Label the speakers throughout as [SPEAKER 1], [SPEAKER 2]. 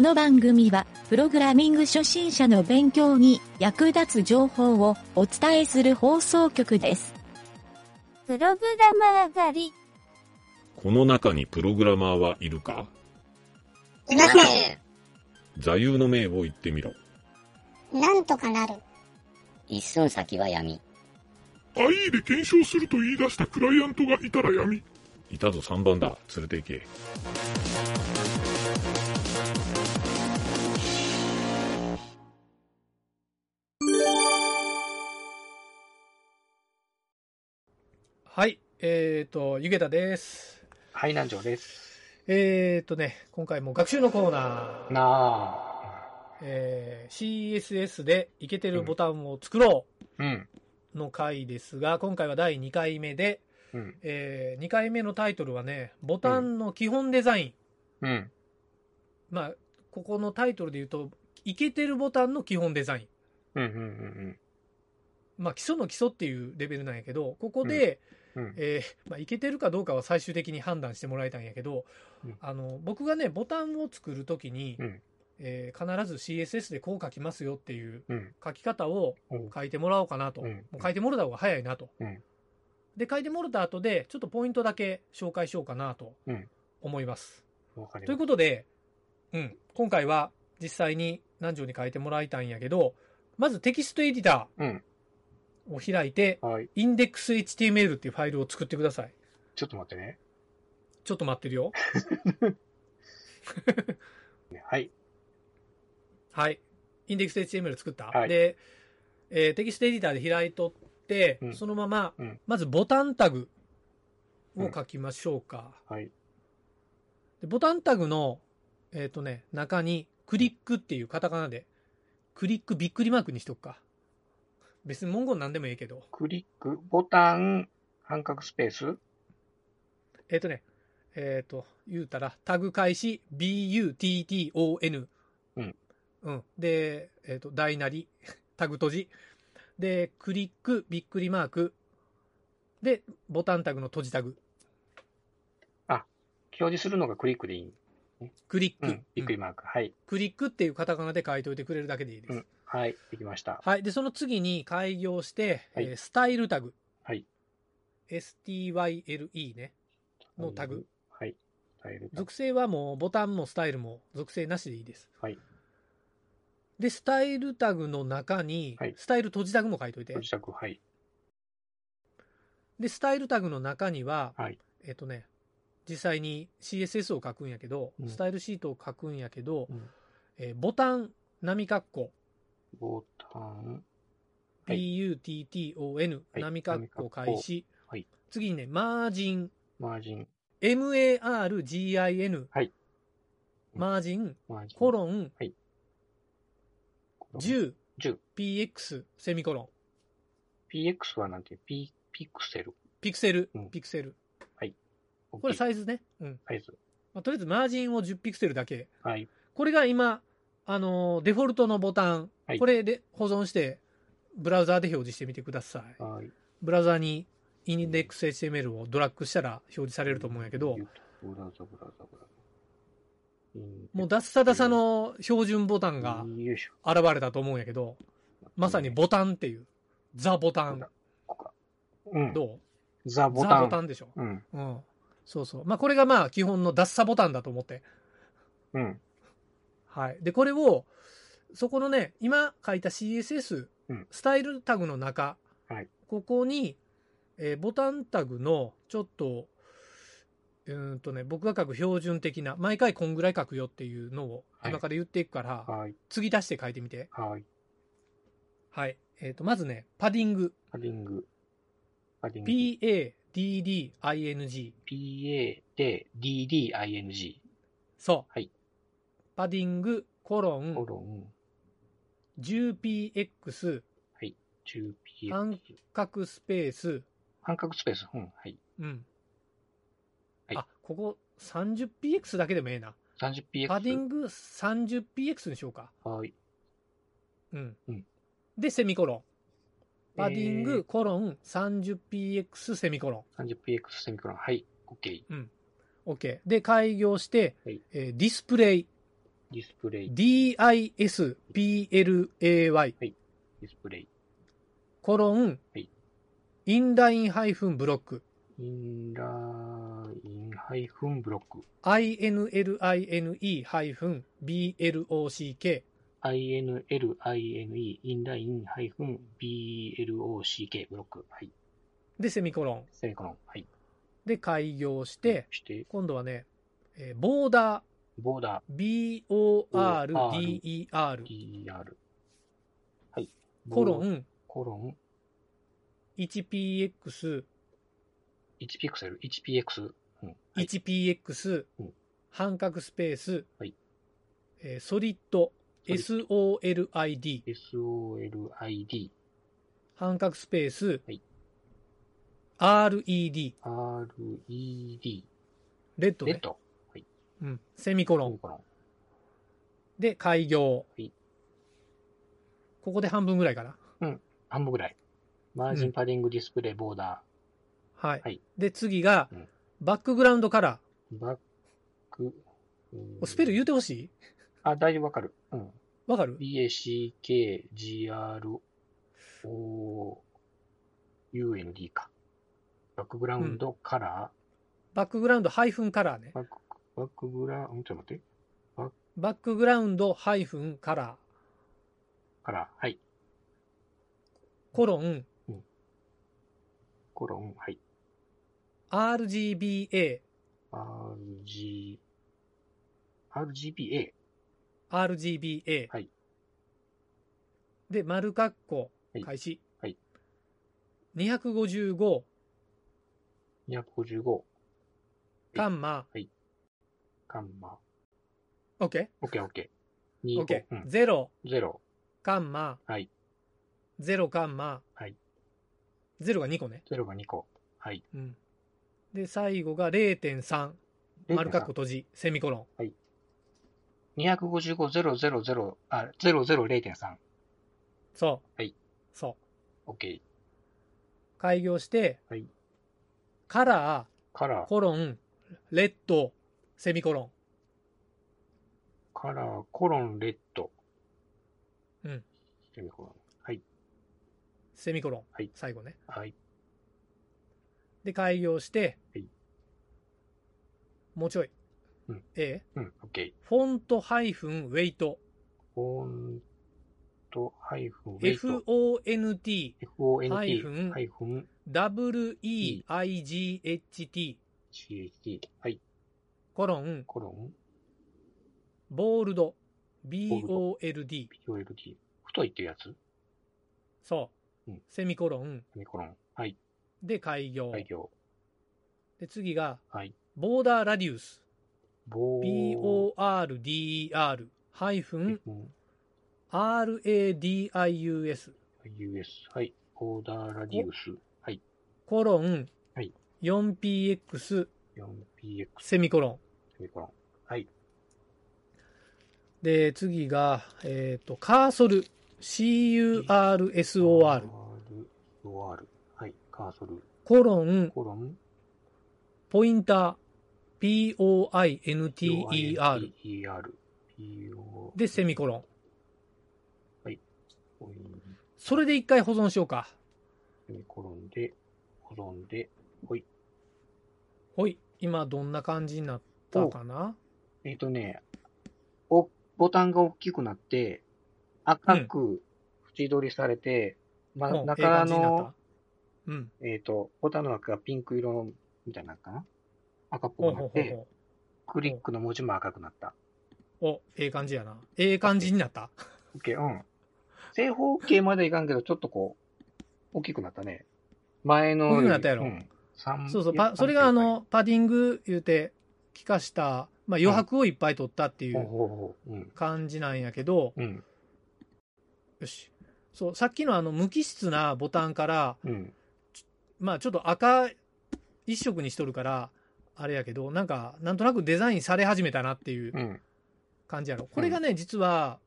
[SPEAKER 1] の番組は、プログラミング初心者の勉強に役立つ情報をお伝えする放送局です。
[SPEAKER 2] プログラマー狩り。
[SPEAKER 3] この中にプログラマーはいるか
[SPEAKER 4] いませ
[SPEAKER 3] 座右の銘を言ってみろ。
[SPEAKER 4] ん。なんとかなる。
[SPEAKER 5] 一寸先は闇。
[SPEAKER 6] IE で検証すると言い出したクライアントがいたら闇。
[SPEAKER 3] いたぞ3番だ。連れて行け。
[SPEAKER 7] はい、えーと、ゆげたです。
[SPEAKER 8] はい、南條です。
[SPEAKER 7] えーとね、今回も学習のコーナー、
[SPEAKER 8] なあ。
[SPEAKER 7] えー CSS でイケてるボタンを作ろ
[SPEAKER 8] うん。
[SPEAKER 7] うの回ですが、今回は第2回目で、
[SPEAKER 8] うん。
[SPEAKER 7] え2回目のタイトルはね、ボタンの基本デザイン。
[SPEAKER 8] うん。
[SPEAKER 7] まあ、ここのタイトルで言うと、イケてるボタンの基本デザイン。
[SPEAKER 8] うん。うん。
[SPEAKER 7] まあ、基礎の基礎っていうレベルなんやけど、ここで、
[SPEAKER 8] うん。うん。
[SPEAKER 7] えーまあ、いけてるかどうかは最終的に判断してもらいたいんやけど、
[SPEAKER 8] うん
[SPEAKER 7] あの僕がねボタンを作るときに、
[SPEAKER 8] うん
[SPEAKER 7] えー必ず CSS でこう書きますよっていう
[SPEAKER 8] うん。
[SPEAKER 7] 書き方を
[SPEAKER 8] うん
[SPEAKER 7] 書いてもらおうかなと、
[SPEAKER 8] うん
[SPEAKER 7] もう書いてもらった方が早いなと、
[SPEAKER 8] うん
[SPEAKER 7] で書いてもらった後でちょっとポイントだけ紹介しようかなと
[SPEAKER 8] うん
[SPEAKER 7] 思います、
[SPEAKER 8] わかり
[SPEAKER 7] ということで、うん、今回は実際に何条に書いてもらいたいんやけどまずテキストエディタ
[SPEAKER 8] うん。
[SPEAKER 7] ーを開いて、
[SPEAKER 8] はい。
[SPEAKER 7] index.html っていうファイルを作ってください
[SPEAKER 8] ちょっと待ってね。
[SPEAKER 7] ちょっと待ってるよ。
[SPEAKER 8] はい。
[SPEAKER 7] はい。インデックス HTML 作った。
[SPEAKER 8] はい
[SPEAKER 7] で、えーテキストエディターで開いとって、
[SPEAKER 8] うん
[SPEAKER 7] そのまま、
[SPEAKER 8] うん
[SPEAKER 7] まずボタンタグを書きましょうか。
[SPEAKER 8] はい。
[SPEAKER 7] でボタンタグの、えっ、とね、中に、クリックっていうカタカナで、クリックびっくりマークにしとくか。別に文言なんでもいいけど。
[SPEAKER 8] クリック、ボタン、半角スペース。
[SPEAKER 7] えっ、とね、えっ、と、言うたら、タグ開始、button。
[SPEAKER 8] うん。
[SPEAKER 7] うん。で、えっ、と、大なり、 タグ閉じ。で、クリック、びっくりマーク。で、ボタンタグの閉じタグ。
[SPEAKER 8] 表示するのがクリックでいい。
[SPEAKER 7] クリッ
[SPEAKER 8] う
[SPEAKER 7] ク。
[SPEAKER 8] ん。びっくりマーク。はい。
[SPEAKER 7] クリックっていうカタカナで書いておいてくれるだけでいいです。
[SPEAKER 8] うん。はい。できました。
[SPEAKER 7] はい。で、その次に開業して、
[SPEAKER 8] はい
[SPEAKER 7] えースタイルタグ。
[SPEAKER 8] はい。
[SPEAKER 7] style ね。のタグ。。
[SPEAKER 8] はい。タイルタグ。
[SPEAKER 7] 属性はもうボタンもスタイルも属性なしでいいです。
[SPEAKER 8] はい
[SPEAKER 7] で、スタイルタグの中に
[SPEAKER 8] はい、
[SPEAKER 7] スタイル閉じタグも書いといて。
[SPEAKER 8] 自宅。はい。
[SPEAKER 7] で、スタイルタグの中には、
[SPEAKER 8] はい
[SPEAKER 7] えっ、とね、実際に CSS を書くんやけど、
[SPEAKER 8] うん
[SPEAKER 7] スタイルシートを書くんやけど、
[SPEAKER 8] うん
[SPEAKER 7] えーボタン、波括弧、
[SPEAKER 8] ボタン。はい
[SPEAKER 7] button、
[SPEAKER 8] はい
[SPEAKER 7] 波括弧開始、
[SPEAKER 8] はい
[SPEAKER 7] 次にね、マージン、
[SPEAKER 8] マージン。
[SPEAKER 7] margin、
[SPEAKER 8] はい
[SPEAKER 7] マージン、
[SPEAKER 8] マージン。
[SPEAKER 7] コロン、
[SPEAKER 8] はい
[SPEAKER 7] 10、
[SPEAKER 8] 10
[SPEAKER 7] px、セミコロン、
[SPEAKER 8] PX はなんて、P、ピクセル。
[SPEAKER 7] ピクセル、
[SPEAKER 8] うん
[SPEAKER 7] ピクセル。こ
[SPEAKER 8] こ
[SPEAKER 7] れサイズね。うん。
[SPEAKER 8] サイズ。
[SPEAKER 7] まあ、とりあえずマージンを10ピクセルだけ。
[SPEAKER 8] はい。
[SPEAKER 7] これが今、あのーデフォルトのボタン、
[SPEAKER 8] はい
[SPEAKER 7] これで保存して、ブラウザーで表示してみてください。
[SPEAKER 8] はい。
[SPEAKER 7] ブラウザーにインデックス HTML をドラッグしたら表示されると思うんやけど、
[SPEAKER 8] ブラウザブラウザブラウザうん
[SPEAKER 7] もうダッサダサの標準ボタンが
[SPEAKER 8] よいしょ
[SPEAKER 7] 現れたと思うんやけど、まさにボタンっていう、ザボタン。
[SPEAKER 8] ここかうん。
[SPEAKER 7] ど
[SPEAKER 8] ザ
[SPEAKER 7] う
[SPEAKER 8] ボ
[SPEAKER 7] ザ
[SPEAKER 8] タン。
[SPEAKER 7] ボタンでしょ。
[SPEAKER 8] うん。
[SPEAKER 7] うん。そうそう。まあ、これがまあ、基本のダッサボタンだと思って。
[SPEAKER 8] うん。
[SPEAKER 7] はい。で、これを、そこのね、今書いた CSS、
[SPEAKER 8] うん
[SPEAKER 7] スタイルタグの中、
[SPEAKER 8] はい
[SPEAKER 7] ここに、えーボタンタグの、ちょっと、うーんとね、僕が書く標準的な、毎回こんぐらい書くよっていうのを、
[SPEAKER 8] はい
[SPEAKER 7] 今から言っていくから、
[SPEAKER 8] はい。
[SPEAKER 7] 次出して書いてみて。
[SPEAKER 8] はい。
[SPEAKER 7] はい。えっ、と、まずね、パディング。
[SPEAKER 8] パディング。パディング。
[SPEAKER 7] p-a-d-d-i-n-g。
[SPEAKER 8] PA で DDING。
[SPEAKER 7] そう。
[SPEAKER 8] はい
[SPEAKER 7] パディング、コロ
[SPEAKER 8] コ
[SPEAKER 7] ン、
[SPEAKER 8] ロン、
[SPEAKER 7] 10px、
[SPEAKER 8] 10PA。
[SPEAKER 7] 半角スペース、
[SPEAKER 8] 半角スペース。うん。はい。
[SPEAKER 7] うん。
[SPEAKER 8] はい
[SPEAKER 7] あ、ここ 30px だけでもええな。
[SPEAKER 8] 30PX。
[SPEAKER 7] パディング 30px にしようか。
[SPEAKER 8] はい。
[SPEAKER 7] うん。
[SPEAKER 8] うん
[SPEAKER 7] で、セミコロン。パディン
[SPEAKER 8] え
[SPEAKER 7] グ、
[SPEAKER 8] ー
[SPEAKER 7] コロン、30px、セミコロ
[SPEAKER 8] 30PX セミコロン。はい。OK。
[SPEAKER 7] ン。OK。で、開業して、
[SPEAKER 8] はい
[SPEAKER 7] えーディスプレイ。
[SPEAKER 8] ディスプレイ、
[SPEAKER 7] diSplay
[SPEAKER 8] ディスプレイ、
[SPEAKER 7] コロン
[SPEAKER 8] はい、
[SPEAKER 7] インラインハイフンブロック、
[SPEAKER 8] インラインハイフンブロック、
[SPEAKER 7] inline ハイフン block、
[SPEAKER 8] INLINE、インラインハイフン BLOCK ブロック、はい、
[SPEAKER 7] で、セミコロン。
[SPEAKER 8] セミコロン、はい。
[SPEAKER 7] で、開業して、
[SPEAKER 8] して、
[SPEAKER 7] 今度はね、えーボーダ
[SPEAKER 8] ボーダ
[SPEAKER 7] ー、border、
[SPEAKER 8] ー DR、はい。
[SPEAKER 7] コロ
[SPEAKER 8] ボー、
[SPEAKER 7] ン、
[SPEAKER 8] コロン、
[SPEAKER 7] 1px、
[SPEAKER 8] 1ピクセル、1px、うん、はい
[SPEAKER 7] 1px
[SPEAKER 8] うん、
[SPEAKER 7] 半角スペース
[SPEAKER 8] はい、
[SPEAKER 7] えーソリッド、
[SPEAKER 8] リッ
[SPEAKER 7] solid、
[SPEAKER 8] SOLID、
[SPEAKER 7] 半角スペース
[SPEAKER 8] はい、
[SPEAKER 7] red、
[SPEAKER 8] RED、
[SPEAKER 7] レッド
[SPEAKER 8] レ
[SPEAKER 7] ね
[SPEAKER 8] ッド、
[SPEAKER 7] うん、セミコロ
[SPEAKER 8] コ
[SPEAKER 7] ン
[SPEAKER 8] ロ。コロン、
[SPEAKER 7] で、開業
[SPEAKER 8] はい。
[SPEAKER 7] ここで半分ぐらいかな。
[SPEAKER 8] 半分ぐらい。マージンパディングディスプレイ、ボーダ
[SPEAKER 7] はい。
[SPEAKER 8] はい
[SPEAKER 7] で、次が
[SPEAKER 8] うん、
[SPEAKER 7] バックグラウンドカラ
[SPEAKER 8] ー、バック、うん
[SPEAKER 7] ー。スペル言うてほしい
[SPEAKER 8] あ、大丈夫わかる。うん。
[SPEAKER 7] わかる
[SPEAKER 8] BACKGROUND か。バックグラウンドカラ
[SPEAKER 7] バックグラウンドハイフンカラーね
[SPEAKER 8] ー、。バック、バックグラウンド、ちょっと待って、
[SPEAKER 7] バックグラウンドハイフンカラー。
[SPEAKER 8] カラー、はい、
[SPEAKER 7] コロン、
[SPEAKER 8] コロン、はい、
[SPEAKER 7] RGBA、
[SPEAKER 8] RG、RGBA、
[SPEAKER 7] RGBA。
[SPEAKER 8] はい
[SPEAKER 7] で、丸括弧
[SPEAKER 8] はい、
[SPEAKER 7] 開始。
[SPEAKER 8] はい
[SPEAKER 7] 255、
[SPEAKER 8] 255、
[SPEAKER 7] カンマ、
[SPEAKER 8] カンマ、
[SPEAKER 7] OK?OK。
[SPEAKER 8] OK、OK、
[SPEAKER 7] OK
[SPEAKER 8] 25、うん、
[SPEAKER 7] 0、
[SPEAKER 8] 0、
[SPEAKER 7] カンマ、
[SPEAKER 8] はい、
[SPEAKER 7] 0カンマ、
[SPEAKER 8] はい、
[SPEAKER 7] 0が2個ね。
[SPEAKER 8] 0が2個、はい、
[SPEAKER 7] うん、で最後が0.3丸括弧閉じセミコロン
[SPEAKER 8] 255、000、あ、000.3、
[SPEAKER 7] そう、
[SPEAKER 8] はい
[SPEAKER 7] そ
[SPEAKER 8] OK、
[SPEAKER 7] う開業して、
[SPEAKER 8] はい
[SPEAKER 7] カラ
[SPEAKER 8] カラ
[SPEAKER 7] ー
[SPEAKER 8] ー、
[SPEAKER 7] コロンレッドセミコロ
[SPEAKER 8] カラー、コロン、レッド。
[SPEAKER 7] うん。
[SPEAKER 8] セミコロン。
[SPEAKER 7] ンセミコロン、
[SPEAKER 8] はい
[SPEAKER 7] 最後ね
[SPEAKER 8] はい。
[SPEAKER 7] で開業して、
[SPEAKER 8] はい
[SPEAKER 7] もうちょい、
[SPEAKER 8] うん
[SPEAKER 7] え
[SPEAKER 8] うん、オッケー。
[SPEAKER 7] フォントハイフンウェイト
[SPEAKER 8] フォント、ハイフン、ウェイト。
[SPEAKER 7] FONT
[SPEAKER 8] FONT、
[SPEAKER 7] ハイフン
[SPEAKER 8] ハイフン、
[SPEAKER 7] WEIGHT
[SPEAKER 8] CHT。はい。
[SPEAKER 7] コロン
[SPEAKER 8] コロン、
[SPEAKER 7] ボールド
[SPEAKER 8] ールド
[SPEAKER 7] BOLD
[SPEAKER 8] POLT。太いっていうやつセ
[SPEAKER 7] そう、
[SPEAKER 8] うん
[SPEAKER 7] セミコロン
[SPEAKER 8] ミコロン。はい。
[SPEAKER 7] で開業、
[SPEAKER 8] 開業。
[SPEAKER 7] で次が
[SPEAKER 8] はい。
[SPEAKER 7] ボーダーラディウス
[SPEAKER 8] ボー
[SPEAKER 7] BORDER ハイフ
[SPEAKER 8] ハイ
[SPEAKER 7] ン
[SPEAKER 8] フン、
[SPEAKER 7] RADIUS
[SPEAKER 8] US。はい。ボーダーラディウス。はい。
[SPEAKER 7] コロン、
[SPEAKER 8] はい
[SPEAKER 7] 4PX
[SPEAKER 8] 4PX。
[SPEAKER 7] セミコロン
[SPEAKER 8] セミコロン。はい。
[SPEAKER 7] で次が、えー、とカーソル CURSOR。
[SPEAKER 8] OR。はい。カーソル。
[SPEAKER 7] コロン
[SPEAKER 8] コロン。
[SPEAKER 7] ポインター POINTER
[SPEAKER 8] POINTER。PO。
[SPEAKER 7] でセミコロン
[SPEAKER 8] ポイント
[SPEAKER 7] それで一回保存しようか
[SPEAKER 8] セミコロンで、保存で、
[SPEAKER 7] ほい今どんな感じになったかな
[SPEAKER 8] えっ、とね、お、ボタンが大きくなって、赤く縁取りされて、ま
[SPEAKER 7] うんええ
[SPEAKER 8] 中
[SPEAKER 7] 感じになっ
[SPEAKER 8] の
[SPEAKER 7] た、うん
[SPEAKER 8] えっ、と、ボタンの赤がピンク色みたいなのかな赤っ
[SPEAKER 7] ほ
[SPEAKER 8] ぽ
[SPEAKER 7] う
[SPEAKER 8] くな
[SPEAKER 7] ほう
[SPEAKER 8] っ
[SPEAKER 7] ほう
[SPEAKER 8] て、
[SPEAKER 7] ほ
[SPEAKER 8] クリックの文字も赤くなった。
[SPEAKER 7] うおええ感じやなええ感じになった
[SPEAKER 8] オッケー、うん。正方形までいかんけど、ちょっとこう、大きくなったね。前のより。
[SPEAKER 7] 大きくなったやろ
[SPEAKER 8] うん三
[SPEAKER 7] そうそう
[SPEAKER 8] いや
[SPEAKER 7] パそれがあ
[SPEAKER 8] 三正
[SPEAKER 7] のパディング言うて効かした、まあ、余白をいっぱい取ったってい
[SPEAKER 8] 解
[SPEAKER 7] う
[SPEAKER 8] ほうほうほう。うん。
[SPEAKER 7] 感じなんやけど
[SPEAKER 8] うん。
[SPEAKER 7] よしそうさっきのあの無機質なボタンから
[SPEAKER 8] うん。
[SPEAKER 7] まあちょっと赤一色にしとるからあれやけどなんかなんとなくデザインされ始めたなっていう
[SPEAKER 8] うん。
[SPEAKER 7] 感じやろこれがね、実は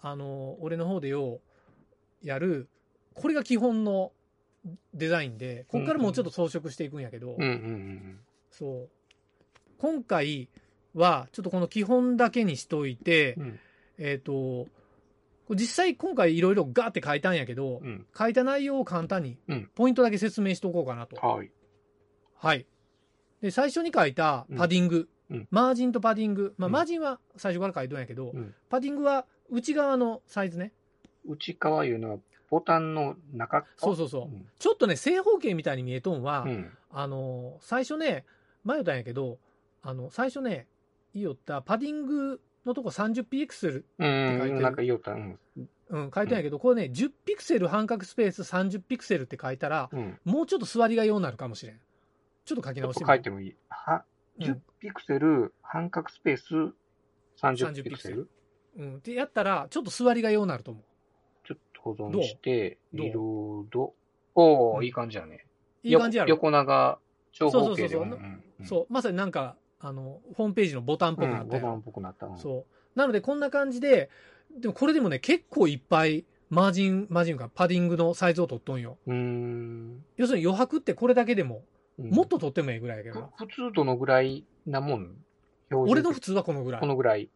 [SPEAKER 7] あの俺の方でようやるこれが基本のデザインでここからもうちょっと装飾していくんやけど、
[SPEAKER 8] うん。うん。
[SPEAKER 7] そう今回は、ちょっとこの基本だけにしといて、
[SPEAKER 8] うん。
[SPEAKER 7] えっ、と、これ実際今回いろいろガーって書いたんやけど、
[SPEAKER 8] うん。
[SPEAKER 7] 書いた内容を簡単に
[SPEAKER 8] うん、
[SPEAKER 7] ポイントだけ説明しておこうかなと。
[SPEAKER 8] はい。
[SPEAKER 7] はい。で、最初に書いたパディング。
[SPEAKER 8] うんうん
[SPEAKER 7] マージンとパディング。まあ、
[SPEAKER 8] うん
[SPEAKER 7] マージンは最初から書いとんやけど、
[SPEAKER 8] うん
[SPEAKER 7] パディングは内側のサイズね。
[SPEAKER 8] 内側いうのは、ボタンの中
[SPEAKER 7] そうそうそうう。
[SPEAKER 8] ん。
[SPEAKER 7] ちょっとね、正方形みたいに見えとんは、
[SPEAKER 8] うん。
[SPEAKER 7] あのー、最初ね、迷ったんやけど、あの、最初ね、言いよった、パディングのとこ 30px する。書いて
[SPEAKER 8] う
[SPEAKER 7] る
[SPEAKER 8] ん。なんか言おった。うん。
[SPEAKER 7] うん、書いてんやけど、これね、10ピクセル半角スペース30ピクセルって書いたら、
[SPEAKER 8] うん。
[SPEAKER 7] もうちょっと座りがようになるかもしれん。ちょっと書き
[SPEAKER 8] ちょ
[SPEAKER 7] 直
[SPEAKER 8] っ
[SPEAKER 7] してみ
[SPEAKER 8] と書
[SPEAKER 7] る
[SPEAKER 8] いてもいい。は、
[SPEAKER 7] う
[SPEAKER 8] 10
[SPEAKER 7] ん
[SPEAKER 8] ピクセル、半角スペース、30
[SPEAKER 7] 30
[SPEAKER 8] ピクセル。
[SPEAKER 7] うん。ってやったら、ちょっと座りがようになると思う。
[SPEAKER 8] ちょっと保存して、
[SPEAKER 7] どう
[SPEAKER 8] リロード。お
[SPEAKER 7] う
[SPEAKER 8] お、
[SPEAKER 7] ん
[SPEAKER 8] いい感じやね。
[SPEAKER 7] いい感じやろ。
[SPEAKER 8] 横横長、長方形で
[SPEAKER 7] そうそうそうそうそう、まさになんか、あの、ホームページのボタンっぽ
[SPEAKER 8] う
[SPEAKER 7] く
[SPEAKER 8] ん。
[SPEAKER 7] な
[SPEAKER 8] う
[SPEAKER 7] った
[SPEAKER 8] ん、ボ
[SPEAKER 7] や
[SPEAKER 8] タ
[SPEAKER 7] ろ
[SPEAKER 8] ンっぽくなった。うん
[SPEAKER 7] そう。なので、こんな感じで、でもこれでもね、結構いっぱい、マージン、マージンか、パディングのサイズを取っとんよ。
[SPEAKER 8] うーん。
[SPEAKER 7] 要するに余白ってこれだけでも、
[SPEAKER 8] うん
[SPEAKER 7] もっと取ってもええぐらいやけど
[SPEAKER 8] ふ
[SPEAKER 7] な。
[SPEAKER 8] 普通どのぐらいなもん
[SPEAKER 7] 俺の普通
[SPEAKER 8] 通
[SPEAKER 7] はこのぐらい
[SPEAKER 8] こ。のぐらい。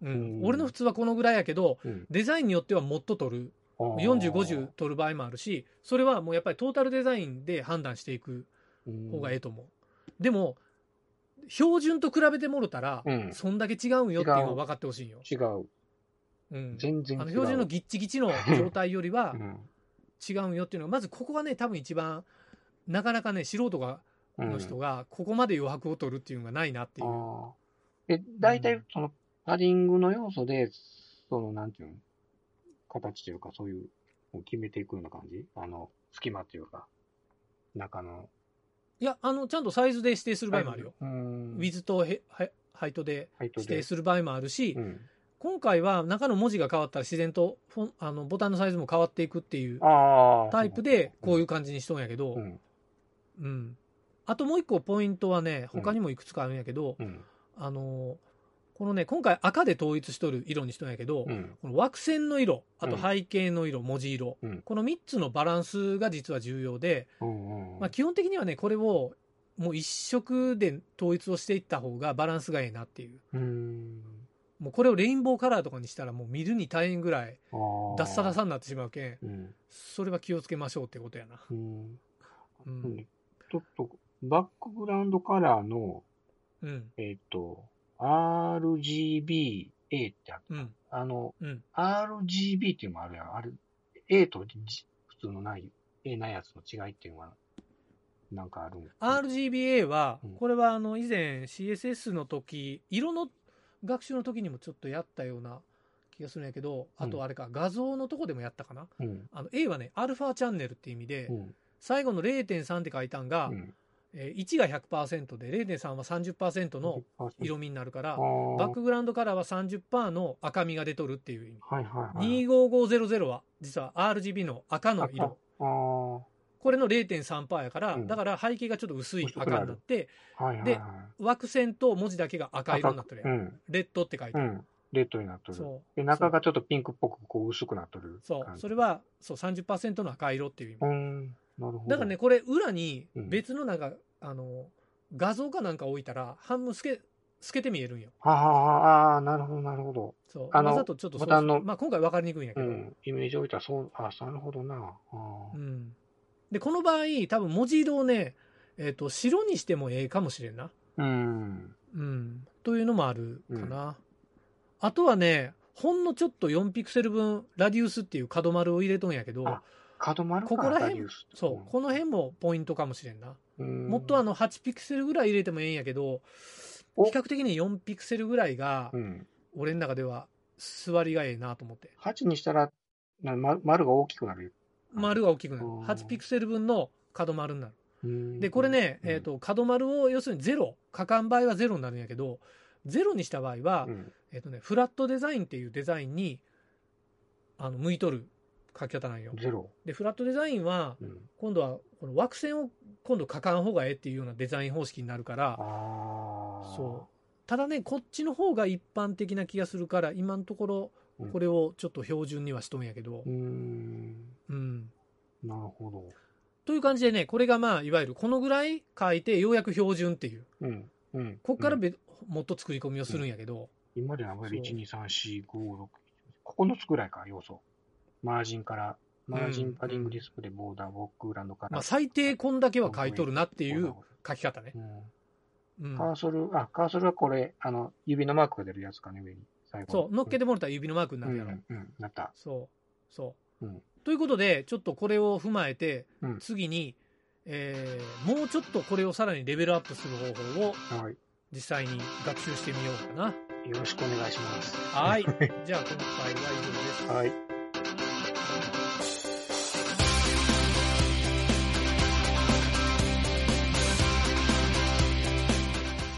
[SPEAKER 7] うん。
[SPEAKER 8] うん
[SPEAKER 7] 俺の普通はこのぐらいやけど、
[SPEAKER 8] うん、
[SPEAKER 7] デザインによってはもっと取る。40、50取る場合もあるし、それはもうやっぱりトータルデザインで判断していく
[SPEAKER 8] 50
[SPEAKER 7] 方がええと思う。でも、標準と比べてもろたら、
[SPEAKER 8] うん
[SPEAKER 7] そんだけ違うんよっていうのは分かってほしいんよ。
[SPEAKER 8] 違う。
[SPEAKER 7] うん。
[SPEAKER 8] 全然違
[SPEAKER 7] あ
[SPEAKER 8] う。
[SPEAKER 7] の標準のギッチギチの状態よりは
[SPEAKER 8] うん
[SPEAKER 7] 違うんよっていうのが、まずここがね、多分一番、なかなかね、素人が、
[SPEAKER 8] うん
[SPEAKER 7] の人が、ここまで余白を取るっていうのがないなっていう。
[SPEAKER 8] あーで、大
[SPEAKER 7] う
[SPEAKER 8] 体
[SPEAKER 7] ん、
[SPEAKER 8] その、パディングの要素で、その、なんていうの形というか、そういう、を決めていくような感じあの、隙間というか、中の。
[SPEAKER 7] いや、あの、ちゃんとサイズで指定する場合もあるよ。
[SPEAKER 8] うーん。
[SPEAKER 7] ウィズとヘハハイトで
[SPEAKER 8] ハイト
[SPEAKER 7] 指
[SPEAKER 8] で
[SPEAKER 7] 定する場合もあるし、
[SPEAKER 8] うん。
[SPEAKER 7] 今回は中の文字が変わったら自然とフォンあのボタンのサイズも変わっていくっていう
[SPEAKER 8] ああ。
[SPEAKER 7] タイプでこういう感じにしとんやけど、
[SPEAKER 8] う
[SPEAKER 7] うん
[SPEAKER 8] ん。
[SPEAKER 7] あともう一個ポイントはね
[SPEAKER 8] うん
[SPEAKER 7] 他にもいくつかあるんやけど、
[SPEAKER 8] うん。
[SPEAKER 7] あのこのね今回赤で統一しとる色にしとんやけど、
[SPEAKER 8] うん。
[SPEAKER 7] この惑星の色あと
[SPEAKER 8] うん
[SPEAKER 7] 背景の色、文字色、
[SPEAKER 8] うん
[SPEAKER 7] この3つのバランスが実は重要で、
[SPEAKER 8] うん。うん
[SPEAKER 7] まあ、基本的にはねこれをもう一色で統一をしていった方がバランスがええなっていう。
[SPEAKER 8] うーん。
[SPEAKER 7] もうこれをレインボーカラーとかにしたらもう見るに大変ぐらい
[SPEAKER 8] あー
[SPEAKER 7] ダッサダ。サになってしまうけん
[SPEAKER 8] うん。
[SPEAKER 7] それは気をつけましょうってことやな。
[SPEAKER 8] うん。
[SPEAKER 7] う。
[SPEAKER 8] うんんちょっと、バックグラウンドカラーの、
[SPEAKER 7] うん。
[SPEAKER 8] えっと、RGBA ってあっ
[SPEAKER 7] うん。
[SPEAKER 8] あの、
[SPEAKER 7] うん。
[SPEAKER 8] RGB っていうのもあるやん。あれ、A と G 普通のない、A ないやつの違いっていうのは、なんかあるん
[SPEAKER 7] RGBA は
[SPEAKER 8] うん、
[SPEAKER 7] これはあの、以前 CSS の時、色の学習の時にもちょっとやったような気がするんやけど、あ
[SPEAKER 8] う
[SPEAKER 7] と
[SPEAKER 8] ん
[SPEAKER 7] あれか、画像のとこでもやったかな。
[SPEAKER 8] うん。
[SPEAKER 7] あの、A はね、アルファチャンネルって意味で
[SPEAKER 8] う、ん。
[SPEAKER 7] 最後の0.3って書いたんが
[SPEAKER 8] う、ん。
[SPEAKER 7] えー1が100%で、0.3は30%の色味になるから、バックグラウンドカラーは30%の赤みが出とるっていう意味。
[SPEAKER 8] あーはいはいはい。
[SPEAKER 7] 25500は、実は RGB の赤の色。
[SPEAKER 8] ああ、は
[SPEAKER 7] これの0.3%やから、
[SPEAKER 8] うん
[SPEAKER 7] だから背景がちょっと薄い
[SPEAKER 8] 薄くなる
[SPEAKER 7] 赤になって、
[SPEAKER 8] いはいはい。
[SPEAKER 7] で枠線と文字だけが赤色になってるやん。
[SPEAKER 8] うん。
[SPEAKER 7] レッドって書いて
[SPEAKER 8] う
[SPEAKER 7] ある。
[SPEAKER 8] ん。レッドになっとる。
[SPEAKER 7] そう
[SPEAKER 8] で、中がちょっとピンクっぽくこう薄くなっとる。
[SPEAKER 7] そう。それ。は、そう、30%の赤色っていう意味。
[SPEAKER 8] うーん。なるほど。
[SPEAKER 7] だからね、これ裏に
[SPEAKER 8] うん
[SPEAKER 7] 別のなんか、あの、画像かなんか置いたら、半分透け、透けて見えるんよ。
[SPEAKER 8] はあはあ、ああ、なるほど、なるほど。
[SPEAKER 7] そう。
[SPEAKER 8] あの
[SPEAKER 7] わざとちょっとそう
[SPEAKER 8] ボタンの
[SPEAKER 7] まあ今回分かりにくいんやけ
[SPEAKER 8] う
[SPEAKER 7] ど。
[SPEAKER 8] ん。イメージ置いたら、そう、ああ、なるほどな。ああ
[SPEAKER 7] う。んで、この場合、多分文字色をね、えっ、と、白にしてもええかもしれんな。
[SPEAKER 8] うん。
[SPEAKER 7] うん、というのもあるかな、あとはねほんのちょっと4ピクセル分ラディウスっていう角丸を入れとんやけど
[SPEAKER 8] あ角丸か
[SPEAKER 7] ここら辺
[SPEAKER 8] ラディウスって
[SPEAKER 7] そうこの辺もポイントかもしれんな、
[SPEAKER 8] うん
[SPEAKER 7] もっとあの8ピクセルぐらい入れてもええんやけど
[SPEAKER 8] お
[SPEAKER 7] 比較的に4ピクセルぐらいが
[SPEAKER 8] うん。
[SPEAKER 7] 俺の中では座りがええなと思って
[SPEAKER 8] 8にしたら、なま丸が大きくなる。
[SPEAKER 7] 丸が大きくなる
[SPEAKER 8] うん
[SPEAKER 7] 8ピクセル分の角丸になる
[SPEAKER 8] うん
[SPEAKER 7] でこれね、
[SPEAKER 8] うん
[SPEAKER 7] えっと角丸を要するに0可換倍は0になるんやけど0にした場合は、
[SPEAKER 8] うん
[SPEAKER 7] えっとね、フラットデザインっていうデザインにあの向いとる書き方なんよ。
[SPEAKER 8] ゼロ。
[SPEAKER 7] でフラットデザインは
[SPEAKER 8] うん
[SPEAKER 7] 今度はこの枠線を今度書かん方がええっていうようなデザイン方式になるから
[SPEAKER 8] ああ。
[SPEAKER 7] そうただねこっちの方が一般的な気がするから今のところ
[SPEAKER 8] うん
[SPEAKER 7] これをちょっと標準にはしとんやけど、
[SPEAKER 8] うーん。
[SPEAKER 7] うん、
[SPEAKER 8] なるほど。
[SPEAKER 7] という感じでねこれがまあいわゆるこのぐらい書いてようやく標準っていう
[SPEAKER 8] うん。うん。
[SPEAKER 7] こっから
[SPEAKER 8] うん
[SPEAKER 7] べ、もっと作り込みをするんやけど、
[SPEAKER 8] 今までの
[SPEAKER 7] そう
[SPEAKER 8] 1、2、3、4、5、6、9つぐらいか、要素。マージンから、マージン、パディング、ディスプレイ、ボーダー、ウォーク、ランドから。
[SPEAKER 7] まあ、最低こんだけは書いとるなっていう書き方ね
[SPEAKER 8] う。ん
[SPEAKER 7] うん、
[SPEAKER 8] カーソル、あ、カーソルはこれ、あの、指のマークが出るやつかね、上に。最後
[SPEAKER 7] そう、乗っけ
[SPEAKER 8] て
[SPEAKER 7] てもらったら指のマークにな
[SPEAKER 8] なる
[SPEAKER 7] るや
[SPEAKER 8] や
[SPEAKER 7] ろ。
[SPEAKER 8] ろ。うんうん、なった。
[SPEAKER 7] そう、そう、
[SPEAKER 8] うん
[SPEAKER 7] ということで、ちょっとこれを踏まえて、
[SPEAKER 8] うん
[SPEAKER 7] 次に、えーもうちょっとこれをさらにレベルアップする方法を
[SPEAKER 8] はい。
[SPEAKER 7] 実際に学習してみようかな。
[SPEAKER 8] よろしくお願いします。
[SPEAKER 7] はい。じゃあ今回は以上です。
[SPEAKER 8] はい。